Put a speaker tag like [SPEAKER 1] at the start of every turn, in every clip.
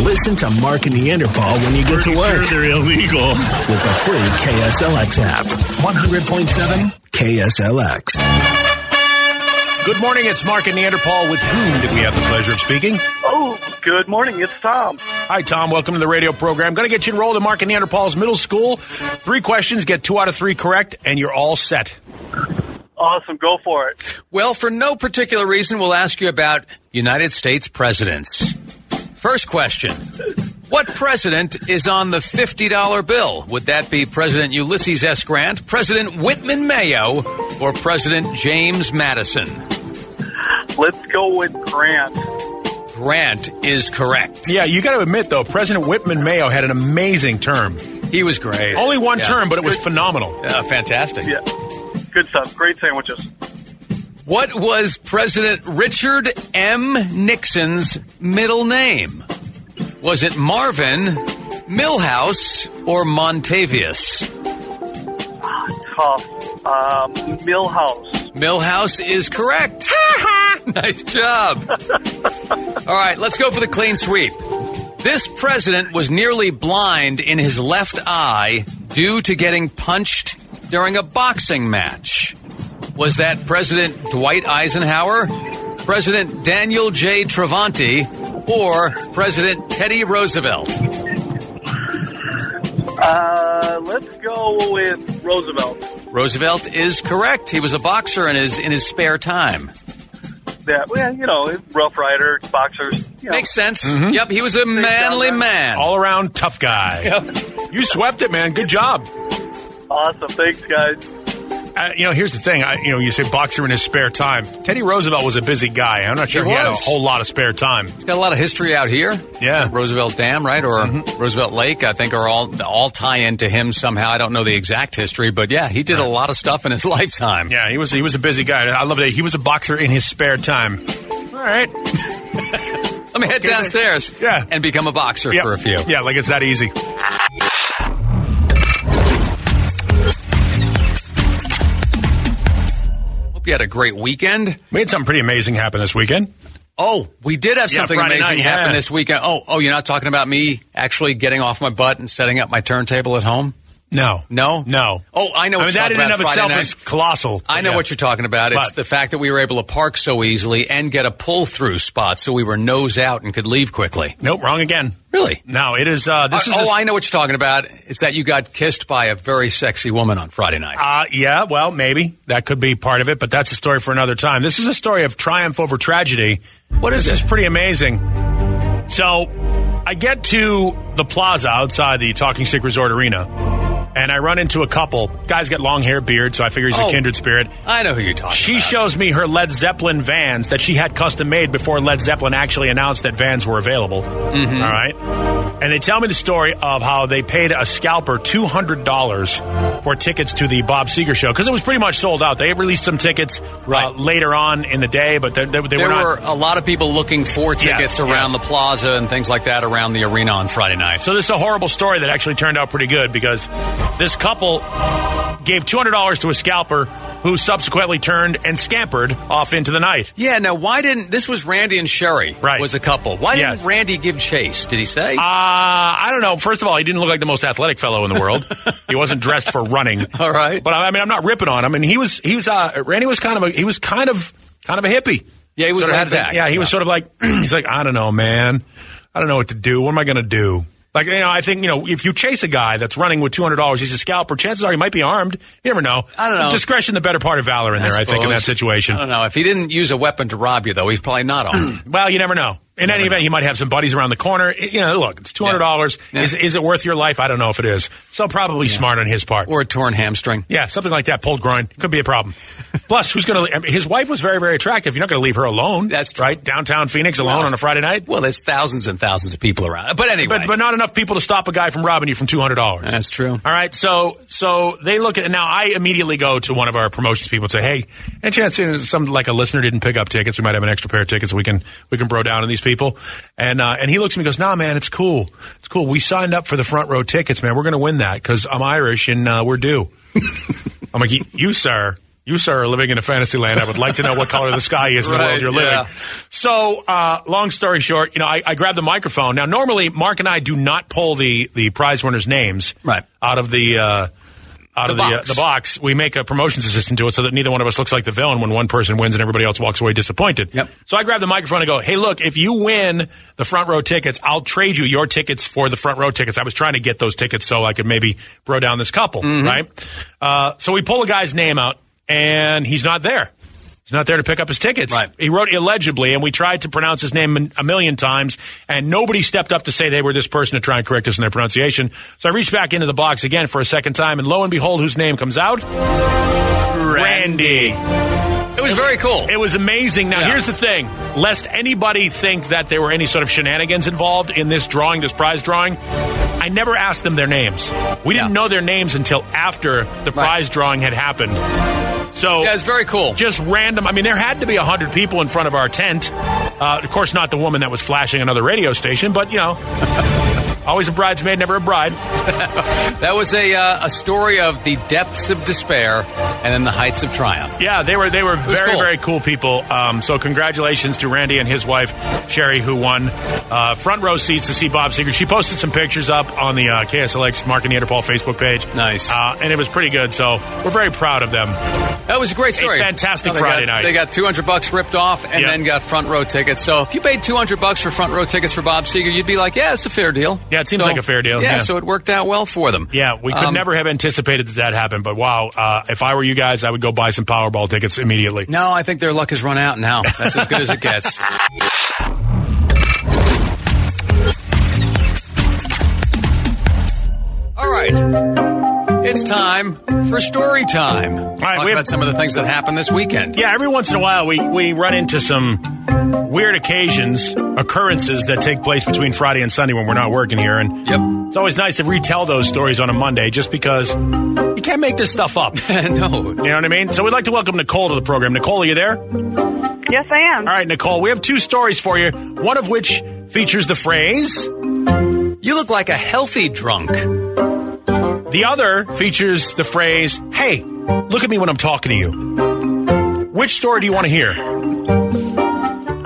[SPEAKER 1] Listen to Mark and Neanderthal when you get
[SPEAKER 2] Pretty
[SPEAKER 1] to work
[SPEAKER 2] sure they're illegal.
[SPEAKER 1] with the free KSLX app. 100.7 KSLX.
[SPEAKER 3] Good morning. It's Mark and Neanderthal. With whom did we have the pleasure of speaking?
[SPEAKER 4] Oh, good morning. It's Tom.
[SPEAKER 3] Hi, Tom. Welcome to the radio program. Going to get you enrolled in Mark and Neanderthal's middle school. Three questions, get two out of three correct, and you're all set.
[SPEAKER 4] Awesome. Go for it.
[SPEAKER 5] Well, for no particular reason, we'll ask you about United States presidents. First question What president is on the $50 bill? Would that be President Ulysses S. Grant, President Whitman Mayo, or President James Madison?
[SPEAKER 4] Let's go with Grant.
[SPEAKER 5] Grant is correct.
[SPEAKER 3] Yeah, you got to admit, though, President Whitman Mayo had an amazing term.
[SPEAKER 5] He was great.
[SPEAKER 3] Only one
[SPEAKER 5] Yeah.
[SPEAKER 3] term, but it was phenomenal.
[SPEAKER 5] Yeah, Uh, fantastic.
[SPEAKER 4] Yeah. Good stuff. Great sandwiches.
[SPEAKER 5] What was President Richard M. Nixon's middle name? Was it Marvin, Millhouse, or Montavious?
[SPEAKER 4] Tough. Um, Millhouse.
[SPEAKER 5] Millhouse is correct. nice job. All right, let's go for the clean sweep. This president was nearly blind in his left eye due to getting punched during a boxing match. Was that President Dwight Eisenhower, President Daniel J. Travanti, or President Teddy Roosevelt?
[SPEAKER 4] Uh, let's go with Roosevelt.
[SPEAKER 5] Roosevelt is correct. He was a boxer in his in his spare time.
[SPEAKER 4] That, well, you know, Rough Rider, boxers. You know.
[SPEAKER 5] Makes sense. Yep, he was a manly
[SPEAKER 4] down there.
[SPEAKER 5] man.
[SPEAKER 3] All around tough guy. You swept it, man. Good job.
[SPEAKER 4] Awesome. Thanks, guys.
[SPEAKER 3] Uh, you know, here's the thing. I, you know, you say boxer in his spare time. Teddy Roosevelt was a busy guy. I'm not sure
[SPEAKER 5] He
[SPEAKER 3] he, had a
[SPEAKER 5] was.
[SPEAKER 3] whole lot of spare time.
[SPEAKER 5] Got a lot of history out here.
[SPEAKER 3] Yeah. Mm-hmm.
[SPEAKER 5] Roosevelt Dam, right, or Roosevelt Lake, I think, are all all tie into him somehow. I don't know the exact history, but yeah, he did a lot of stuff in his lifetime.
[SPEAKER 3] Yeah, he was he was a busy guy. I love that he was a boxer in his spare time. All right.
[SPEAKER 5] Let me head downstairs,
[SPEAKER 3] Yeah.
[SPEAKER 5] and become a boxer
[SPEAKER 3] Yep.
[SPEAKER 5] for a few.
[SPEAKER 3] Yeah, like it's that easy.
[SPEAKER 5] Hope you had a great weekend.
[SPEAKER 3] We had something pretty amazing happen this weekend.
[SPEAKER 5] Oh, we did have
[SPEAKER 3] Yeah,
[SPEAKER 5] something
[SPEAKER 3] Friday
[SPEAKER 5] amazing
[SPEAKER 3] night,
[SPEAKER 5] happen
[SPEAKER 3] yeah.
[SPEAKER 5] this weekend. Oh, oh, you're not talking about me actually getting off my butt and setting up my turntable at home.
[SPEAKER 3] No.
[SPEAKER 5] No?
[SPEAKER 3] No.
[SPEAKER 5] Oh, I know
[SPEAKER 3] I mean,
[SPEAKER 5] what you're
[SPEAKER 3] that
[SPEAKER 5] talking
[SPEAKER 3] in and
[SPEAKER 5] about
[SPEAKER 3] of
[SPEAKER 5] Friday
[SPEAKER 3] itself
[SPEAKER 5] night.
[SPEAKER 3] is colossal.
[SPEAKER 5] I know
[SPEAKER 3] Yeah.
[SPEAKER 5] what you're talking about. It's
[SPEAKER 3] But-
[SPEAKER 5] the fact that we were able to park so easily and get a pull through spot so we were nose out and could leave quickly.
[SPEAKER 3] Nope, wrong again.
[SPEAKER 5] Really?
[SPEAKER 3] No, it is. Uh, this
[SPEAKER 5] Uh,
[SPEAKER 3] is.
[SPEAKER 5] oh,
[SPEAKER 3] this-
[SPEAKER 5] I know what you're talking about. It's that you got kissed by a very sexy woman on Friday night.
[SPEAKER 3] Uh, yeah, well, maybe that could be part of it, but that's a story for another time. This is a story of triumph over tragedy.
[SPEAKER 5] what is
[SPEAKER 3] This
[SPEAKER 5] this?
[SPEAKER 3] is pretty amazing. So, I get to the plaza outside the Talking Stick Resort Arena, and I run into a couple. Guy's got long hair, beard, so I figure he's
[SPEAKER 5] Oh.
[SPEAKER 3] a kindred spirit.
[SPEAKER 5] I know who you're talking
[SPEAKER 3] She
[SPEAKER 5] about.
[SPEAKER 3] shows me her Led Zeppelin vans that she had custom made before Led Zeppelin actually announced that vans were available.
[SPEAKER 5] Mm-hmm.
[SPEAKER 3] All right. And they tell me the story of how they paid a scalper $200 for tickets to the Bob Seger show because it was pretty much sold out. They released some tickets uh,
[SPEAKER 5] Right.
[SPEAKER 3] later on in the day, but they, they, they
[SPEAKER 5] There
[SPEAKER 3] were not.
[SPEAKER 5] were a lot of people looking for tickets
[SPEAKER 3] Yes,
[SPEAKER 5] around
[SPEAKER 3] yes.
[SPEAKER 5] the plaza and things like that around the arena on Friday night.
[SPEAKER 3] So this is a horrible story that actually turned out pretty good because this couple gave $200 to a scalper who subsequently turned and scampered off into the night.
[SPEAKER 5] yeah, now why didn't this was Randy and Sherry
[SPEAKER 3] Right.
[SPEAKER 5] was the couple. Why
[SPEAKER 3] Yes.
[SPEAKER 5] didn't Randy give chase? Did he say?
[SPEAKER 3] Uh, I don't know. First of all, he didn't look like the most athletic fellow in the world. he wasn't dressed for running.
[SPEAKER 5] All right.
[SPEAKER 3] but I I mean, I'm not ripping on him. And he was, he was, uh, Randy was kind of a, he was kind of, kind of a hippie.
[SPEAKER 5] Yeah, he was
[SPEAKER 3] Sort of
[SPEAKER 5] laid
[SPEAKER 3] had that-
[SPEAKER 5] back.
[SPEAKER 3] Yeah, he was
[SPEAKER 5] Yeah.
[SPEAKER 3] sort of like, he's like, I don't know, man. I don't know what to do. What am I going to do? Like, you know, I think, you know, if you chase a guy that's running with $200, he's a scalper, chances are he might be armed. You never know.
[SPEAKER 5] I don't know.
[SPEAKER 3] Discretion, the better part of valor in there, I think, in that
[SPEAKER 5] suppose.
[SPEAKER 3] situation.
[SPEAKER 5] I don't know. If he didn't use a weapon to rob you, though, he's probably not on.
[SPEAKER 3] Well, you never know. In any event, he might have some buddies around the corner. It- You know, look, it's two hundred dollars.
[SPEAKER 5] Yeah.
[SPEAKER 3] Is is it worth your life? I don't know if it is. So probably smart on his part.
[SPEAKER 5] or a torn hamstring.
[SPEAKER 3] yeah, something like that. Pulled groin could be a problem. Plus, who's going to? His wife was very, very attractive. You're not going to leave her alone.
[SPEAKER 5] That's true.
[SPEAKER 3] right. Downtown Phoenix alone
[SPEAKER 5] Well-
[SPEAKER 3] on a Friday night.
[SPEAKER 5] Well, there's thousands and thousands of people around. But anyway.
[SPEAKER 3] But, but not enough people to stop a guy from robbing you from two hundred dollars.
[SPEAKER 5] That's true.
[SPEAKER 3] All right, so so they look at it now. I immediately go to one of our promotions people and say, "Hey, any chance you know, some like a listener didn't pick up tickets? We might have an extra pair of tickets we can we can bro down on these people." And uh, and he looks at me and goes, "Nah, man, it's cool. It's cool. We signed up for the front row tickets, man. We're going to win that because I'm Irish and uh, we're due." I'm like, "You, sir." You, sir, are living in a fantasy land. I would like to know what color the sky is in the world
[SPEAKER 5] Right,
[SPEAKER 3] you're living.
[SPEAKER 5] yeah.
[SPEAKER 3] So, uh, long story short, you know, I, I grabbed the microphone. Now, normally, Mark and I do not pull the, the prize winners' names
[SPEAKER 5] Right.
[SPEAKER 3] out of the. Uh, out
[SPEAKER 5] The
[SPEAKER 3] of the,
[SPEAKER 5] box.
[SPEAKER 3] Uh, the box, we make a promotions assistant do it so that neither one of us looks like the villain when one person wins and everybody else walks away disappointed.
[SPEAKER 5] Yep.
[SPEAKER 3] So I grab the microphone and go, "Hey, look, if you win the front row tickets, I'll trade you your tickets for the front row tickets." I was trying to get those tickets so I could maybe bro down this couple,
[SPEAKER 5] Mm-hmm.
[SPEAKER 3] right? Uh, so we pull a guy's name out, and he's not there. He's not there to pick up his tickets.
[SPEAKER 5] Right.
[SPEAKER 3] He wrote illegibly, and we tried to pronounce his name an- a million times, and nobody stepped up to say they were this person to try and correct us in their pronunciation. So I reached back into the box again for a second time, and lo and behold, whose name comes out? Randy.
[SPEAKER 5] It was very cool.
[SPEAKER 3] It was amazing. Now,
[SPEAKER 5] Yeah.
[SPEAKER 3] here's the thing: lest anybody think that there were any sort of shenanigans involved in this drawing, this prize drawing, I never asked them their names. We didn't
[SPEAKER 5] Yeah.
[SPEAKER 3] know their names until after the prize drawing had happened. So
[SPEAKER 5] yeah, it was very cool.
[SPEAKER 3] just random. I mean, there had to be hundred people in front of our tent. Uh, of course, not the woman that was flashing another radio station, but you know, always a bridesmaid, never a bride.
[SPEAKER 5] That was a uh, a story of the depths of despair and then the heights of triumph.
[SPEAKER 3] Yeah, they were they were
[SPEAKER 5] was
[SPEAKER 3] very
[SPEAKER 5] cool.
[SPEAKER 3] very cool people. Um, so congratulations to Randy and his wife Sherry, who won uh, front row seats to see Bob Seger. She posted some pictures up on the uh, KSLX Mark and Neanderthal Facebook page.
[SPEAKER 5] Nice.
[SPEAKER 3] uh, and it was pretty good. So we're very proud of them.
[SPEAKER 5] That was a great story.
[SPEAKER 3] fantastic
[SPEAKER 5] They
[SPEAKER 3] Friday
[SPEAKER 5] got-
[SPEAKER 3] night.
[SPEAKER 5] They got 200 bucks ripped off and
[SPEAKER 3] Yeah.
[SPEAKER 5] then got front row tickets. So if you paid 200 bucks for front row tickets for Bob Seger, you'd be like, yeah, it's a fair deal.
[SPEAKER 3] Yeah, it seems
[SPEAKER 5] So-
[SPEAKER 3] like a fair deal,
[SPEAKER 5] Yeah,
[SPEAKER 3] yeah.
[SPEAKER 5] so it worked out well for them.
[SPEAKER 3] Yeah, we could
[SPEAKER 5] Um,
[SPEAKER 3] never have anticipated that that happened. But wow, uh, if I were you guys, I would go buy some Powerball tickets immediately.
[SPEAKER 5] No, I think their luck has run out now. That's as good as it gets. All right. It's time for story time.
[SPEAKER 3] right,
[SPEAKER 5] Talk
[SPEAKER 3] we have-
[SPEAKER 5] about some of the things that happened this weekend.
[SPEAKER 3] Yeah, every once in a while we, we run into some weird occasions, occurrences that take place between Friday and Sunday when we're not working here. And
[SPEAKER 5] Yep.
[SPEAKER 3] it's always nice to retell those stories on a Monday just because you can't make this stuff up. You
[SPEAKER 5] no.
[SPEAKER 3] know what I mean? So we'd like to welcome Nicole to the program. Nicole, are you there? All
[SPEAKER 2] Yes, I am.
[SPEAKER 3] right, Nicole, we have two stories for you, one of which features the phrase,
[SPEAKER 5] You look like a healthy drunk.
[SPEAKER 3] the other features the phrase, hey, look at me when I'm talking to you. Which story do you want to hear?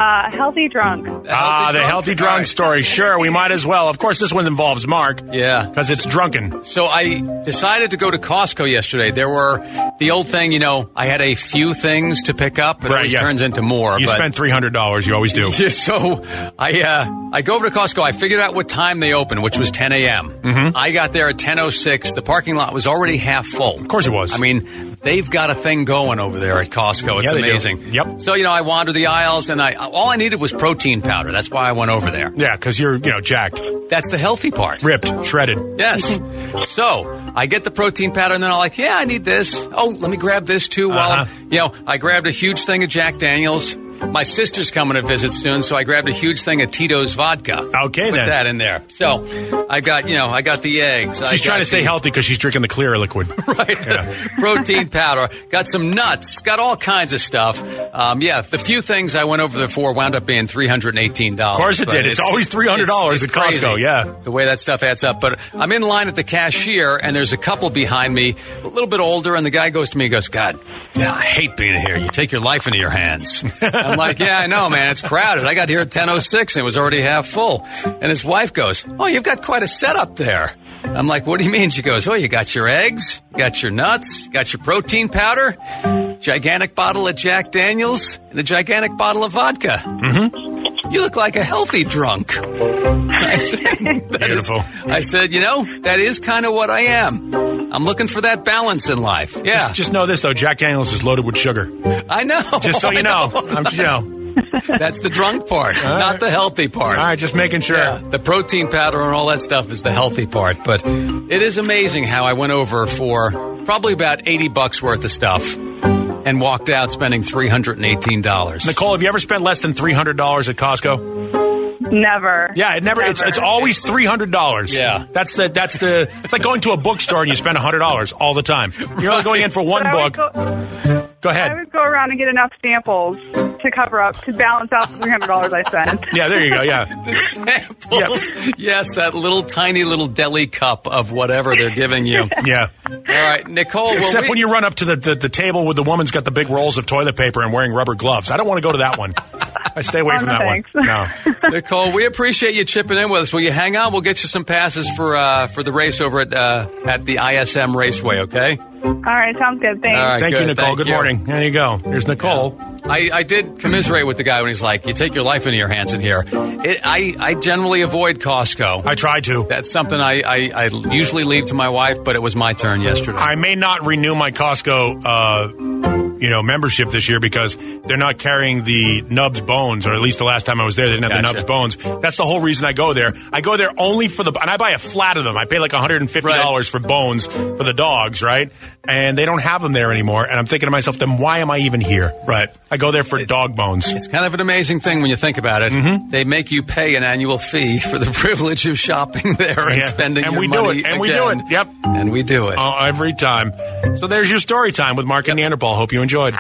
[SPEAKER 2] Uh, healthy drunk.
[SPEAKER 3] Ah, the healthy drunk
[SPEAKER 5] All right.
[SPEAKER 3] story. Sure, we might as well. Of course, this one involves Mark.
[SPEAKER 5] Yeah.
[SPEAKER 3] Because it's drunken.
[SPEAKER 5] So I decided to go to Costco yesterday. There were the old thing, you know, I had a few things to pick up, but it
[SPEAKER 3] Right,
[SPEAKER 5] always
[SPEAKER 3] yeah.
[SPEAKER 5] turns into more.
[SPEAKER 3] You
[SPEAKER 5] but
[SPEAKER 3] spend $300. You always do.
[SPEAKER 5] Yeah, so I uh, I go over to Costco. I figured out what time they open, which was 10 a.m. Mm-hmm. I got there at 10:06. The parking lot was already half full. Of
[SPEAKER 3] course it was.
[SPEAKER 5] I mean, they've got a thing going over there at Costco. It's
[SPEAKER 3] Yeah, they do.
[SPEAKER 5] amazing.
[SPEAKER 3] Yep.
[SPEAKER 5] So you know, I wandered the aisles, and I all I needed was protein powder. That's why I went over there.
[SPEAKER 3] Yeah, because you're, you know, jacked,
[SPEAKER 5] That's the healthy part.
[SPEAKER 3] ripped, shredded.
[SPEAKER 5] Yes. So I get the protein powder, and then I'm like, yeah, I need this. Oh, let me grab this too. While I'm-
[SPEAKER 3] Uh-huh.
[SPEAKER 5] you know, I grabbed a huge thing of Jack Daniels. My sister's coming to visit soon, so I grabbed a huge thing of Tito's vodka.
[SPEAKER 3] Okay,
[SPEAKER 5] Put
[SPEAKER 3] then.
[SPEAKER 5] that in there. So I got, you know, I got the eggs. I
[SPEAKER 3] She's
[SPEAKER 5] got
[SPEAKER 3] trying to stay
[SPEAKER 5] the-
[SPEAKER 3] healthy because she's drinking the clear liquid.
[SPEAKER 5] Right. Protein powder. Got some nuts. Got all kinds of stuff. Um, yeah, the few things I went over there for wound up being three hundred and eighteen dollars.
[SPEAKER 3] Of course it did. It's always $300 at Costco, yeah.
[SPEAKER 5] the way that stuff adds up. But I'm in line at the cashier, and there's a couple behind me, a little bit older, and the guy goes to me and goes, "God, I hate being here. You take your life into your hands." I'm like, "Yeah, I know, man. It's crowded. I got here at 10:06, and it was already half full." And his wife goes, "Oh, you've got quite a setup there." I'm like, "What do you mean?" She goes, "Oh, you got your eggs, you got your nuts, you got your protein powder, gigantic bottle of Jack Daniels, and a gigantic bottle of vodka." Mm-hmm. You look like a healthy drunk. I said, that is-
[SPEAKER 3] Beautiful.
[SPEAKER 5] I said, you know, that is kind of what I am. I'm looking for that balance in life. Yeah,
[SPEAKER 3] Just know this, though Jack Daniels is loaded with sugar.
[SPEAKER 5] I know.
[SPEAKER 3] Just so
[SPEAKER 5] Oh, I
[SPEAKER 3] you know. I'm, you know.
[SPEAKER 5] that's the drunk part, not
[SPEAKER 3] right.
[SPEAKER 5] the healthy part.
[SPEAKER 3] All right, just making sure.
[SPEAKER 5] Yeah, the protein powder and all that stuff is the healthy part, but it is amazing how I went over for probably about 80 bucks worth of stuff and walked out spending $318.
[SPEAKER 3] Nicole, have you ever spent less than $300 at Costco?
[SPEAKER 2] Never.
[SPEAKER 3] Yeah, it never, It's,
[SPEAKER 2] Never.
[SPEAKER 3] it's always $300.
[SPEAKER 5] Yeah.
[SPEAKER 3] That's the, that's the, it's like going to a bookstore and you spend $100 all the time. You're only going in for one
[SPEAKER 2] But I would
[SPEAKER 3] book.
[SPEAKER 2] go-
[SPEAKER 3] Go
[SPEAKER 2] I
[SPEAKER 3] ahead.
[SPEAKER 2] would go around and get enough samples to cover up to balance out the three hundred dollars I spent.
[SPEAKER 3] Yeah, there you go. Yeah.
[SPEAKER 5] Samples. Yes, that little tiny little deli cup of whatever they're giving you.
[SPEAKER 3] Yeah.
[SPEAKER 5] All right, Nicole. will
[SPEAKER 3] Except
[SPEAKER 5] we-
[SPEAKER 3] when you run up to the, the, the table with the woman's got the big rolls of toilet paper and wearing rubber gloves. I don't want to go to that one. I stay away
[SPEAKER 2] Oh,
[SPEAKER 3] from
[SPEAKER 2] no
[SPEAKER 3] that
[SPEAKER 2] thanks.
[SPEAKER 3] one. No.
[SPEAKER 5] Nicole, we appreciate you chipping in with us. Will you hang on? We'll get you some passes for uh, for the race over at uh, at the ISM Raceway. Okay.
[SPEAKER 2] All right, sounds good. Thanks.
[SPEAKER 5] All right.
[SPEAKER 3] Thank
[SPEAKER 5] good,
[SPEAKER 3] you, Nicole.
[SPEAKER 5] thank
[SPEAKER 3] Good
[SPEAKER 5] you.
[SPEAKER 3] morning. There you go. Here's Nicole.
[SPEAKER 5] I, I did commiserate with the guy when he's like, "You take your life into your hands in here." It, I I generally avoid Costco.
[SPEAKER 3] I tried to.
[SPEAKER 5] That's something I, I I usually leave to my wife, but it was my turn yesterday.
[SPEAKER 3] I may not renew my Costco, uh, you know, membership this year because they're not carrying the Nubs bones, or at least the last time I was there, they didn't have
[SPEAKER 5] Gotcha.
[SPEAKER 3] the Nubs bones. That's the whole reason I go there. I go there only for the, and I buy a flat of them. I pay like $150
[SPEAKER 5] Right.
[SPEAKER 3] for bones for the dogs, right? And they don't have them there anymore. And I'm thinking to myself, then why am I even here? Right. I go there for dog bones.
[SPEAKER 5] It's kind of an amazing thing when you think about it.
[SPEAKER 3] Mm-hmm.
[SPEAKER 5] They make you pay an annual fee for the privilege of shopping there and
[SPEAKER 3] Yeah.
[SPEAKER 5] spending
[SPEAKER 3] And
[SPEAKER 5] your
[SPEAKER 3] we do
[SPEAKER 5] money
[SPEAKER 3] it. And we do
[SPEAKER 5] again.
[SPEAKER 3] it. Yep.
[SPEAKER 5] And we do it.
[SPEAKER 3] Oh, every time. So there's your story time with Mark and Neanderthal. Hope you enjoyed.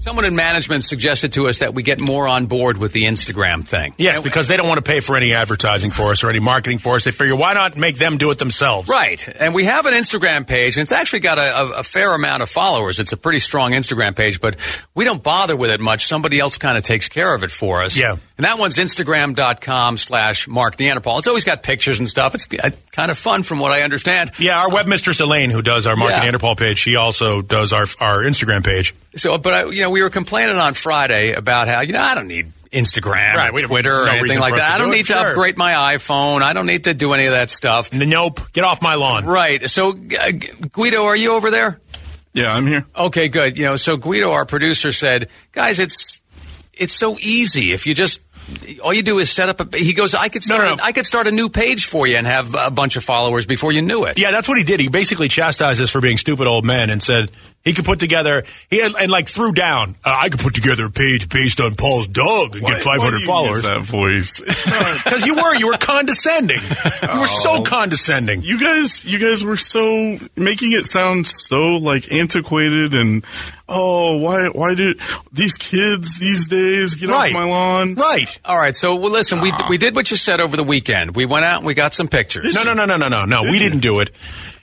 [SPEAKER 5] Someone in management suggested to us that we get more on board with the Instagram thing.
[SPEAKER 3] Yes, because they don't want to pay for any advertising for us or any marketing for us. They figure, why not make them do it themselves?
[SPEAKER 5] Right. And we have an Instagram page, and it's actually got a, a, a fair amount of followers. It's a pretty strong Instagram page, but we don't bother with it much. Somebody else kind of takes care of it for us.
[SPEAKER 3] Yeah.
[SPEAKER 5] And that one's Instagram.com slash Mark Neanderthal. It's always got pictures and stuff. It's uh, kind of fun from what I understand.
[SPEAKER 3] Yeah, our webmistress Elaine, who does our Mark
[SPEAKER 5] Yeah.
[SPEAKER 3] and Neanderthal page, she also does our our Instagram page.
[SPEAKER 5] So, but I, you know, we were complaining on Friday about how you know I don't need Instagram,
[SPEAKER 3] Right,
[SPEAKER 5] or
[SPEAKER 3] we don't-
[SPEAKER 5] Twitter, or
[SPEAKER 3] no
[SPEAKER 5] anything
[SPEAKER 3] reason
[SPEAKER 5] like
[SPEAKER 3] for us
[SPEAKER 5] that.
[SPEAKER 3] to
[SPEAKER 5] I don't
[SPEAKER 3] do it,
[SPEAKER 5] need to
[SPEAKER 3] sure.
[SPEAKER 5] upgrade my iPhone. I don't need to do any of that stuff.
[SPEAKER 3] N- Nope, get off my lawn.
[SPEAKER 5] Right. So, uh, G- Guido, are you over there?
[SPEAKER 6] Yeah, I'm here.
[SPEAKER 5] Okay, good. You know, so Guido, our producer, said, "Guys, it's it's so easy if you just." All you do is set up a. He goes, I could
[SPEAKER 3] No,
[SPEAKER 5] start.
[SPEAKER 3] no, no.
[SPEAKER 5] I could start a new page for you and have a bunch of followers before you knew it.
[SPEAKER 3] Yeah, that's what he did. He basically chastised us for being stupid old men and said he could put together he had, and like threw down. Uh, I could put together a page based on Paul's dog and get
[SPEAKER 6] Why-
[SPEAKER 3] five
[SPEAKER 6] why do
[SPEAKER 3] hundred
[SPEAKER 6] you
[SPEAKER 3] followers.
[SPEAKER 6] use That voice. It's not-
[SPEAKER 3] Because you were, you were condescending. You were so
[SPEAKER 5] Oh.
[SPEAKER 3] condescending.
[SPEAKER 6] you guys, you guys were so making it sound so like antiquated and oh, why, why do these kids these days get
[SPEAKER 3] right,
[SPEAKER 6] off my lawn?
[SPEAKER 3] Right.
[SPEAKER 5] All right. So, well, listen, we we did what you said over the weekend. We went out and we got some pictures.
[SPEAKER 3] No, no, no, no, no, no, no. We didn't do it.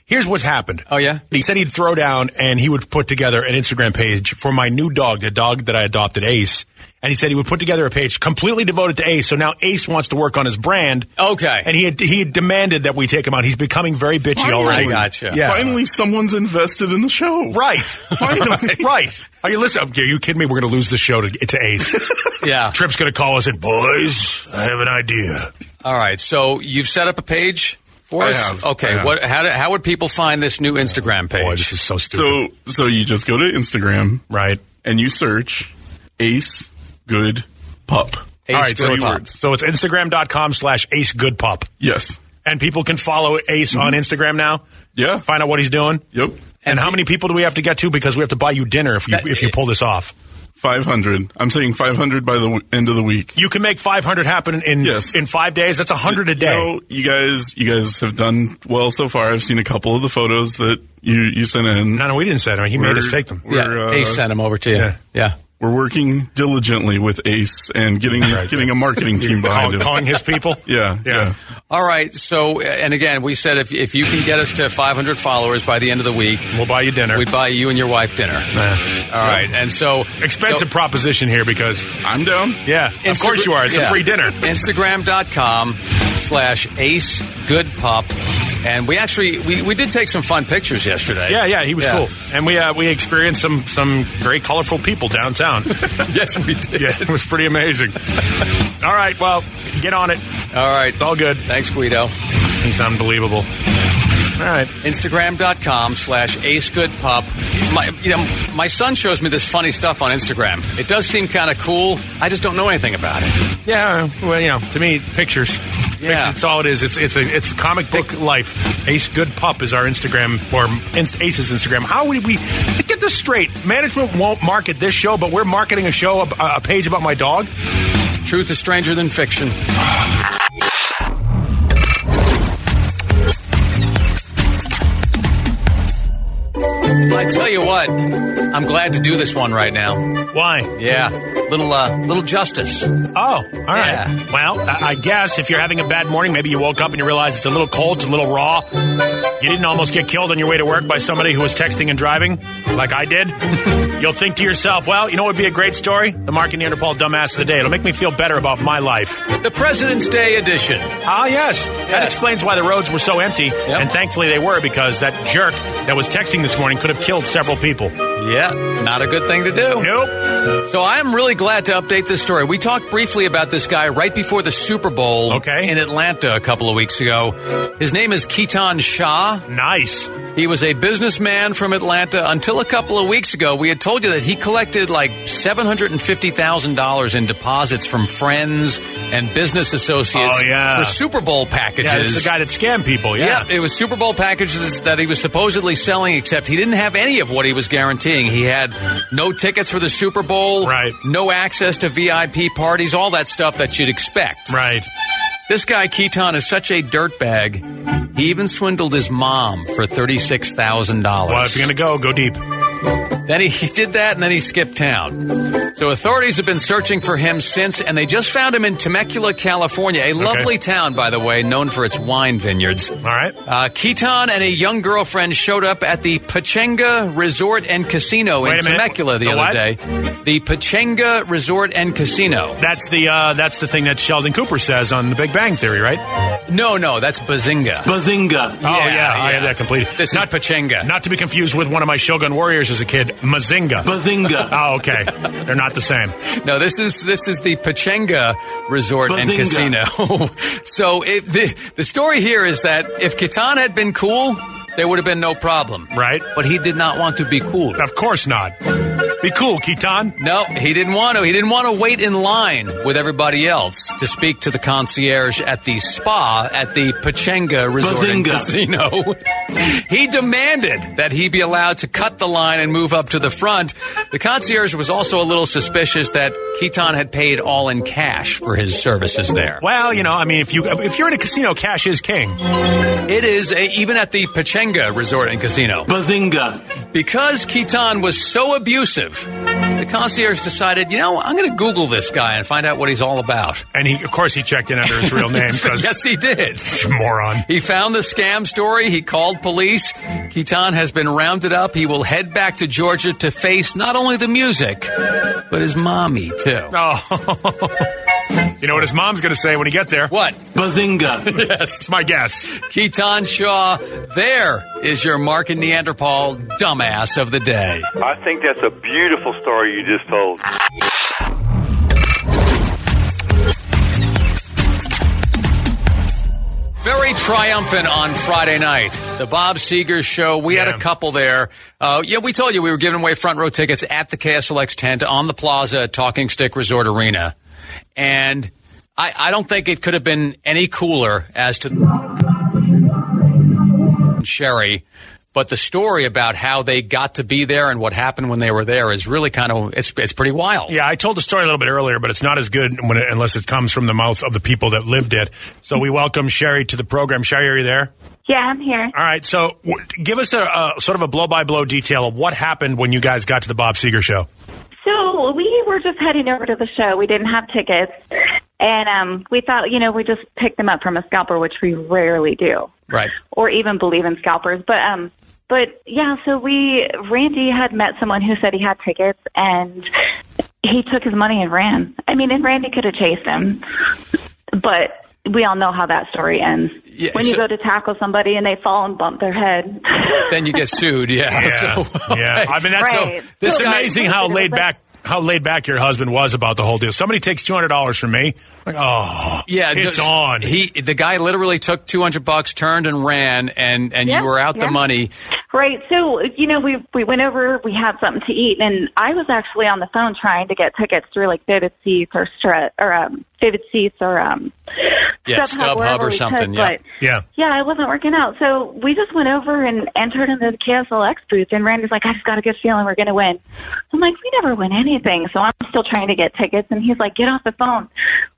[SPEAKER 3] Here's what happened.
[SPEAKER 5] Oh, yeah?
[SPEAKER 3] He said he'd throw down and he would put together an Instagram page for my new dog, the dog that I adopted, Ace. And he said he would put together a page completely devoted to Ace. So now Ace wants to work on his brand.
[SPEAKER 5] Okay.
[SPEAKER 3] And he had, he had demanded that we take him out. He's becoming very bitchy already.
[SPEAKER 5] I gotcha.
[SPEAKER 3] Yeah.
[SPEAKER 6] Finally, someone's invested in the show.
[SPEAKER 3] Right. right. Right. Are you listening? Are you kidding me? We're going to lose the show to, to Ace.
[SPEAKER 5] Yeah.
[SPEAKER 3] Tripp's going to call us and, boys, I have an idea.
[SPEAKER 5] All right. So you've set up a page for
[SPEAKER 6] I
[SPEAKER 5] us.
[SPEAKER 6] have,
[SPEAKER 5] okay.
[SPEAKER 6] I have.
[SPEAKER 5] What? How, do, how would people find this new Instagram page?
[SPEAKER 3] Boy, Oh, this is so stupid.
[SPEAKER 6] So, so you just go to Instagram
[SPEAKER 3] right.
[SPEAKER 6] and you search Ace Good Pup.
[SPEAKER 5] Ace
[SPEAKER 3] All right, so
[SPEAKER 5] Good
[SPEAKER 3] it's,
[SPEAKER 5] Pup.
[SPEAKER 3] so it's Instagram.com slash Ace Good Pup.
[SPEAKER 6] Yes.
[SPEAKER 3] And people can follow Ace on Instagram now?
[SPEAKER 6] Yeah.
[SPEAKER 3] Find out what he's doing?
[SPEAKER 6] Yep.
[SPEAKER 3] And how many people do we have to get to? Because we have to buy you dinner if you, if you pull this off.
[SPEAKER 6] 500. I'm saying 500 by the w- end of the week.
[SPEAKER 3] You can make 500 happen in
[SPEAKER 6] Yes.
[SPEAKER 3] in five days. That's 100 a day.
[SPEAKER 6] You, know, you guys, you guys have done well so far. I've seen a couple of the photos that you you sent in.
[SPEAKER 3] no, no, we didn't send them. He made us take them.
[SPEAKER 6] We're,
[SPEAKER 5] yeah.
[SPEAKER 6] uh,
[SPEAKER 5] Ace sent them over to you. Yeah.
[SPEAKER 3] yeah.
[SPEAKER 6] we're working diligently with Ace and getting getting a marketing team
[SPEAKER 3] Call,
[SPEAKER 6] behind him.
[SPEAKER 3] calling his people?
[SPEAKER 6] Yeah, yeah.
[SPEAKER 5] All right. So, and again, we said if if you can get us to 500 followers by the end of the week,
[SPEAKER 3] We'll buy you dinner.
[SPEAKER 5] we'd buy you and your wife dinner. All
[SPEAKER 3] Nah.
[SPEAKER 5] right. And so
[SPEAKER 3] Expensive proposition here because,
[SPEAKER 6] I'm down.
[SPEAKER 3] yeah, of
[SPEAKER 5] Insta-
[SPEAKER 3] course you are. It's
[SPEAKER 5] yeah.
[SPEAKER 3] a free dinner.
[SPEAKER 5] Instagram.com slash ace good pup. And we actually, we, we did take some fun pictures yesterday.
[SPEAKER 3] Yeah, yeah, he was cool, and we uh, we experienced some some very colorful people downtown.
[SPEAKER 5] yes, we did.
[SPEAKER 3] yeah, it was pretty amazing. All right, well, get on it.
[SPEAKER 5] All right.
[SPEAKER 3] It's all good.
[SPEAKER 5] Thanks, Guido.
[SPEAKER 3] He's unbelievable. All right.
[SPEAKER 5] Instagram.com slash acegoodpup. My, you know, my son shows me this funny stuff on Instagram. It does seem kind of cool. I just don't know anything about it.
[SPEAKER 3] Yeah. Well, you know, to me, pictures.
[SPEAKER 5] Yeah.
[SPEAKER 3] That's all it is. It's it's a it's comic book life. Ace Good Pup is our Instagram or Inst- Ace's Instagram. How would we get this straight? Management won't market this show, but we're marketing a show ab- a page about my dog.
[SPEAKER 5] Truth is stranger than fiction. tell you what, I'm glad to do this one right now.
[SPEAKER 3] Why?
[SPEAKER 5] Yeah, little uh, little justice.
[SPEAKER 3] Oh, all right.
[SPEAKER 5] Yeah.
[SPEAKER 3] Well, I, I guess if you're having a bad morning, maybe you woke up and you realize it's a little cold, it's a little raw. You didn't almost get killed on your way to work by somebody who was texting and driving, like I did. You'll think to yourself, well, you know what would be a great story? The Mark and Neanderthal dumbass of the day. It'll make me feel better about my life.
[SPEAKER 5] The President's Day edition.
[SPEAKER 3] Ah, yes. That explains why the roads were so empty. And thankfully they were because that jerk that was texting this morning could have killed several people.
[SPEAKER 5] Yeah, not a good thing to do.
[SPEAKER 3] Nope.
[SPEAKER 5] So I'm really glad to update this story. We talked briefly about this guy right before the Super Bowl
[SPEAKER 3] Okay.
[SPEAKER 5] in Atlanta a couple of weeks ago. His name is Keaton Shah.
[SPEAKER 3] Nice.
[SPEAKER 5] He was a businessman from Atlanta until a couple of weeks ago. We had told you that he collected like $750,000 in deposits from friends and business associates
[SPEAKER 3] Oh, yeah.
[SPEAKER 5] for Super Bowl packages.
[SPEAKER 3] Yeah, this is the guy that scammed people.
[SPEAKER 5] Yeah, it was Super Bowl packages that he was supposedly selling, except he didn't have any of what he was guaranteeing. He had no tickets for the Super Bowl,
[SPEAKER 3] Right.
[SPEAKER 5] no access to VIP parties, all that stuff that you'd expect.
[SPEAKER 3] Right.
[SPEAKER 5] This guy, Keaton, is such a dirtbag. He even swindled his mom for $36,000.
[SPEAKER 3] Well, if you're going to go, go deep.
[SPEAKER 5] Then he, he did that and then he skipped town. So authorities have been searching for him since, and they just found him in Temecula, California, a lovely town, by the way, known for its wine vineyards.
[SPEAKER 3] All right.
[SPEAKER 5] Uh, Keaton and a young girlfriend showed up at the Pachanga Resort and Casino in
[SPEAKER 3] Wait a minute.
[SPEAKER 5] Temecula the,
[SPEAKER 3] The
[SPEAKER 5] other
[SPEAKER 3] what?
[SPEAKER 5] day. The Pachanga Resort and Casino.
[SPEAKER 3] That's the uh, that's the thing that Sheldon Cooper says on The Big Bang Theory, right?
[SPEAKER 5] No, no, that's Bazinga.
[SPEAKER 3] Oh yeah, I
[SPEAKER 5] yeah.
[SPEAKER 3] have that complete.
[SPEAKER 5] This
[SPEAKER 3] not
[SPEAKER 5] is Pachanga.
[SPEAKER 3] not to be confused with one of my Shogun Warriors as a kid, Mazinga. Bazinga. oh, okay. They're not the same.
[SPEAKER 5] No, this is this is the Pachanga Resort and Casino. so it, the the story here is that if Keaton had been cool, there would have been no problem,
[SPEAKER 3] Right.
[SPEAKER 5] But he did not want to be cool.
[SPEAKER 3] Of course not. Be cool, Keaton.
[SPEAKER 5] No, he didn't want to. He didn't want to wait in line with everybody else to speak to the concierge at the spa at the Pachanga Resort and Casino. he demanded that he be allowed to cut the line and move up to the front. The concierge was also a little suspicious that Keaton had paid all in cash for his services there.
[SPEAKER 3] Well, you know, I mean, if you if you're in a casino, cash is king.
[SPEAKER 5] It is a, even at the Pachanga Resort and Casino. Bazinga. Because Keaton was so abusive, the concierge decided, you know, I'm going to Google this guy and find out what he's all about.
[SPEAKER 3] And he, of course, he checked in under his real name because
[SPEAKER 5] Yes, he did.
[SPEAKER 3] moron.
[SPEAKER 5] He found the scam story. He called police. Keaton has been rounded up. He will head back to Georgia to face not only the music, but his mommy, too.
[SPEAKER 3] Oh. you know what his mom's going to say when he gets there?
[SPEAKER 5] What?
[SPEAKER 3] That's my guess.
[SPEAKER 5] Keaton Shaw, there is your Mark and Neanderthal dumbass of the day.
[SPEAKER 7] I think that's a beautiful story you just told.
[SPEAKER 5] Very triumphant on Friday night. The Bob Seger show. We had
[SPEAKER 3] Yeah.
[SPEAKER 5] a couple there. Uh, yeah, we told you we were giving away front row tickets at the KSLX tent on the plaza at Talking Stick Resort Arena. And I, I don't think it could have been any cooler as to Sherry. But the story about how they got to be there and what happened when they were there is really kind of, it's, it's pretty wild.
[SPEAKER 3] Yeah, I told the story a little bit earlier, but it's not as good when it, unless it comes from the mouth of the people that lived it. So we welcome Sherry to the program. Sherry, are you there?
[SPEAKER 8] Yeah, I'm here.
[SPEAKER 3] All right. So w- give us a, a sort of a blow by blow detail of what happened when you guys got to the Bob Seger show.
[SPEAKER 8] So Oh, we were just heading over to the show. We didn't have tickets. And um, we thought, you know, we just picked them up from a scalper, which we rarely do,
[SPEAKER 5] Right.
[SPEAKER 8] or even believe in scalpers. But um, but yeah, so we Randy had met someone who said he had tickets, and he took his money and ran. I mean, and Randy could have chased him, but we all know how that story ends.
[SPEAKER 5] Yeah,
[SPEAKER 8] when you
[SPEAKER 5] so-
[SPEAKER 8] go to tackle somebody and they fall and bump their head.
[SPEAKER 5] Then you get sued. Yeah.
[SPEAKER 3] Yeah,
[SPEAKER 5] So,
[SPEAKER 3] yeah.
[SPEAKER 5] okay.
[SPEAKER 3] I mean, that's
[SPEAKER 8] Right.
[SPEAKER 3] so,
[SPEAKER 5] This
[SPEAKER 3] it's
[SPEAKER 5] guy-
[SPEAKER 3] amazing how laid back how laid back your husband was about the whole deal. Somebody takes two hundred dollars from me. Like, oh,
[SPEAKER 5] Yeah,
[SPEAKER 3] it's
[SPEAKER 5] just-
[SPEAKER 3] on.
[SPEAKER 5] He, the guy, literally took two hundred bucks, turned and ran, and and
[SPEAKER 8] Yeah,
[SPEAKER 5] you were out
[SPEAKER 8] yeah.
[SPEAKER 5] the money.
[SPEAKER 8] Right. So, you know, we we went over, we had something to eat, and I was actually on the phone trying to get tickets through like Vivid Seats or Strut or um, Vivid Seats or um,
[SPEAKER 5] Yeah, StubHub
[SPEAKER 8] wherever
[SPEAKER 5] or
[SPEAKER 8] we could,
[SPEAKER 5] something, yeah.
[SPEAKER 8] but-
[SPEAKER 3] Yeah.
[SPEAKER 8] Yeah, it wasn't working out. So we just went over and entered into the KSLX booth, and Randy's like, I just got a good feeling we're going to win. I'm like, we never win anything, so I'm still trying to get tickets. And he's like, get off the phone.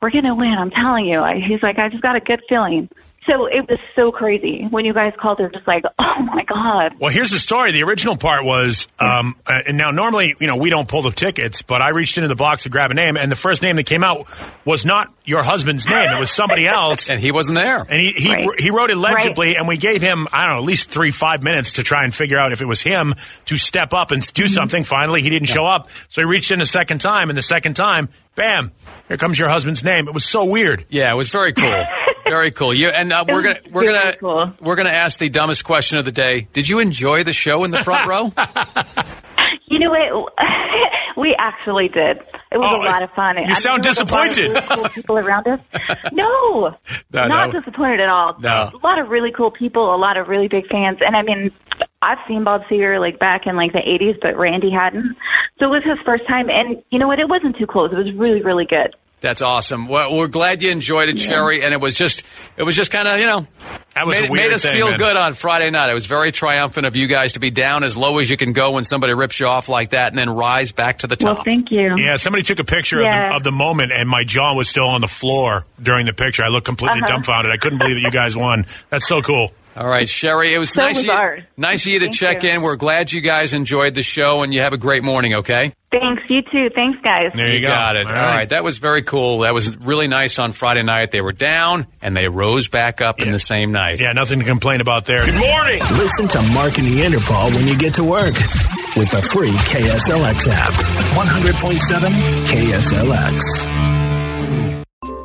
[SPEAKER 8] We're going to win, I'm telling you. I, he's like, I just got a good feeling. So it was so crazy when you guys called. They're just like, oh my god.
[SPEAKER 3] Well, here's the story. The original part was, um, uh, and now normally, you know, we don't pull the tickets, but I reached into the box to grab a name, and the first name that came out was not your husband's name. It was somebody else.
[SPEAKER 5] And he wasn't there.
[SPEAKER 3] And he, he,
[SPEAKER 8] Right.
[SPEAKER 3] he wrote it legibly, and we gave him, I don't know, at least three, five minutes to try and figure out if it was him to step up and do something. Finally, he didn't show up. So he reached in a second time, and the second time, bam, here comes your husband's name. It was so weird.
[SPEAKER 5] Yeah, it was very cool. Very cool. You and uh, we're
[SPEAKER 8] was
[SPEAKER 5] gonna we're
[SPEAKER 8] very
[SPEAKER 5] gonna
[SPEAKER 8] cool.
[SPEAKER 5] we're gonna ask the dumbest question of the day. Did you enjoy the show in the front row?
[SPEAKER 8] You know what? we actually did. It was
[SPEAKER 3] Oh,
[SPEAKER 8] a lot of fun.
[SPEAKER 3] you
[SPEAKER 8] I mean,
[SPEAKER 3] sound
[SPEAKER 8] there was a lot of
[SPEAKER 3] disappointed.
[SPEAKER 8] really cool people around us. No,
[SPEAKER 5] No,
[SPEAKER 8] not
[SPEAKER 5] no.
[SPEAKER 8] disappointed at all.
[SPEAKER 5] No.
[SPEAKER 8] a lot of really cool people, a lot of really big fans, and I mean, I've seen Bob Seger like back in like the '80s, but Randy hadn't. So it was his first time, and you know what? It wasn't too close. It was really, really good.
[SPEAKER 5] That's awesome. Well, we're glad you enjoyed it, Sherry. And it was just it was just kind of you know
[SPEAKER 3] That was
[SPEAKER 5] made,
[SPEAKER 3] a weird
[SPEAKER 5] made us
[SPEAKER 3] thing,
[SPEAKER 5] feel
[SPEAKER 3] man.
[SPEAKER 5] good on Friday night. It was very triumphant of you guys to be down as low as you can go when somebody rips you off like that, and then rise back to the top.
[SPEAKER 8] Well, thank you.
[SPEAKER 3] Oh, Yeah, somebody took a picture of,
[SPEAKER 8] Yeah.
[SPEAKER 3] the, of the moment, and my jaw was still on the floor during the picture. I looked completely dumbfounded. I couldn't believe that you guys won. That's so cool.
[SPEAKER 5] All right, Sherry. It was
[SPEAKER 8] So
[SPEAKER 5] nice
[SPEAKER 8] was
[SPEAKER 5] of you,
[SPEAKER 8] ours.
[SPEAKER 5] nice of you to
[SPEAKER 8] Thank
[SPEAKER 5] check
[SPEAKER 8] you.
[SPEAKER 5] in. We're glad you guys enjoyed the show, and you have a great morning. Okay.
[SPEAKER 8] Thanks. You too. Thanks, guys.
[SPEAKER 3] There you, go.
[SPEAKER 5] got it. All right. that was very cool. That was really nice on Friday night. They were down and they rose back up in the same night.
[SPEAKER 3] Yeah, nothing to complain about there.
[SPEAKER 4] Morning.
[SPEAKER 1] Listen to Mark and Neanderthal when you get to work with the free KSLX app. 100.7 KSLX.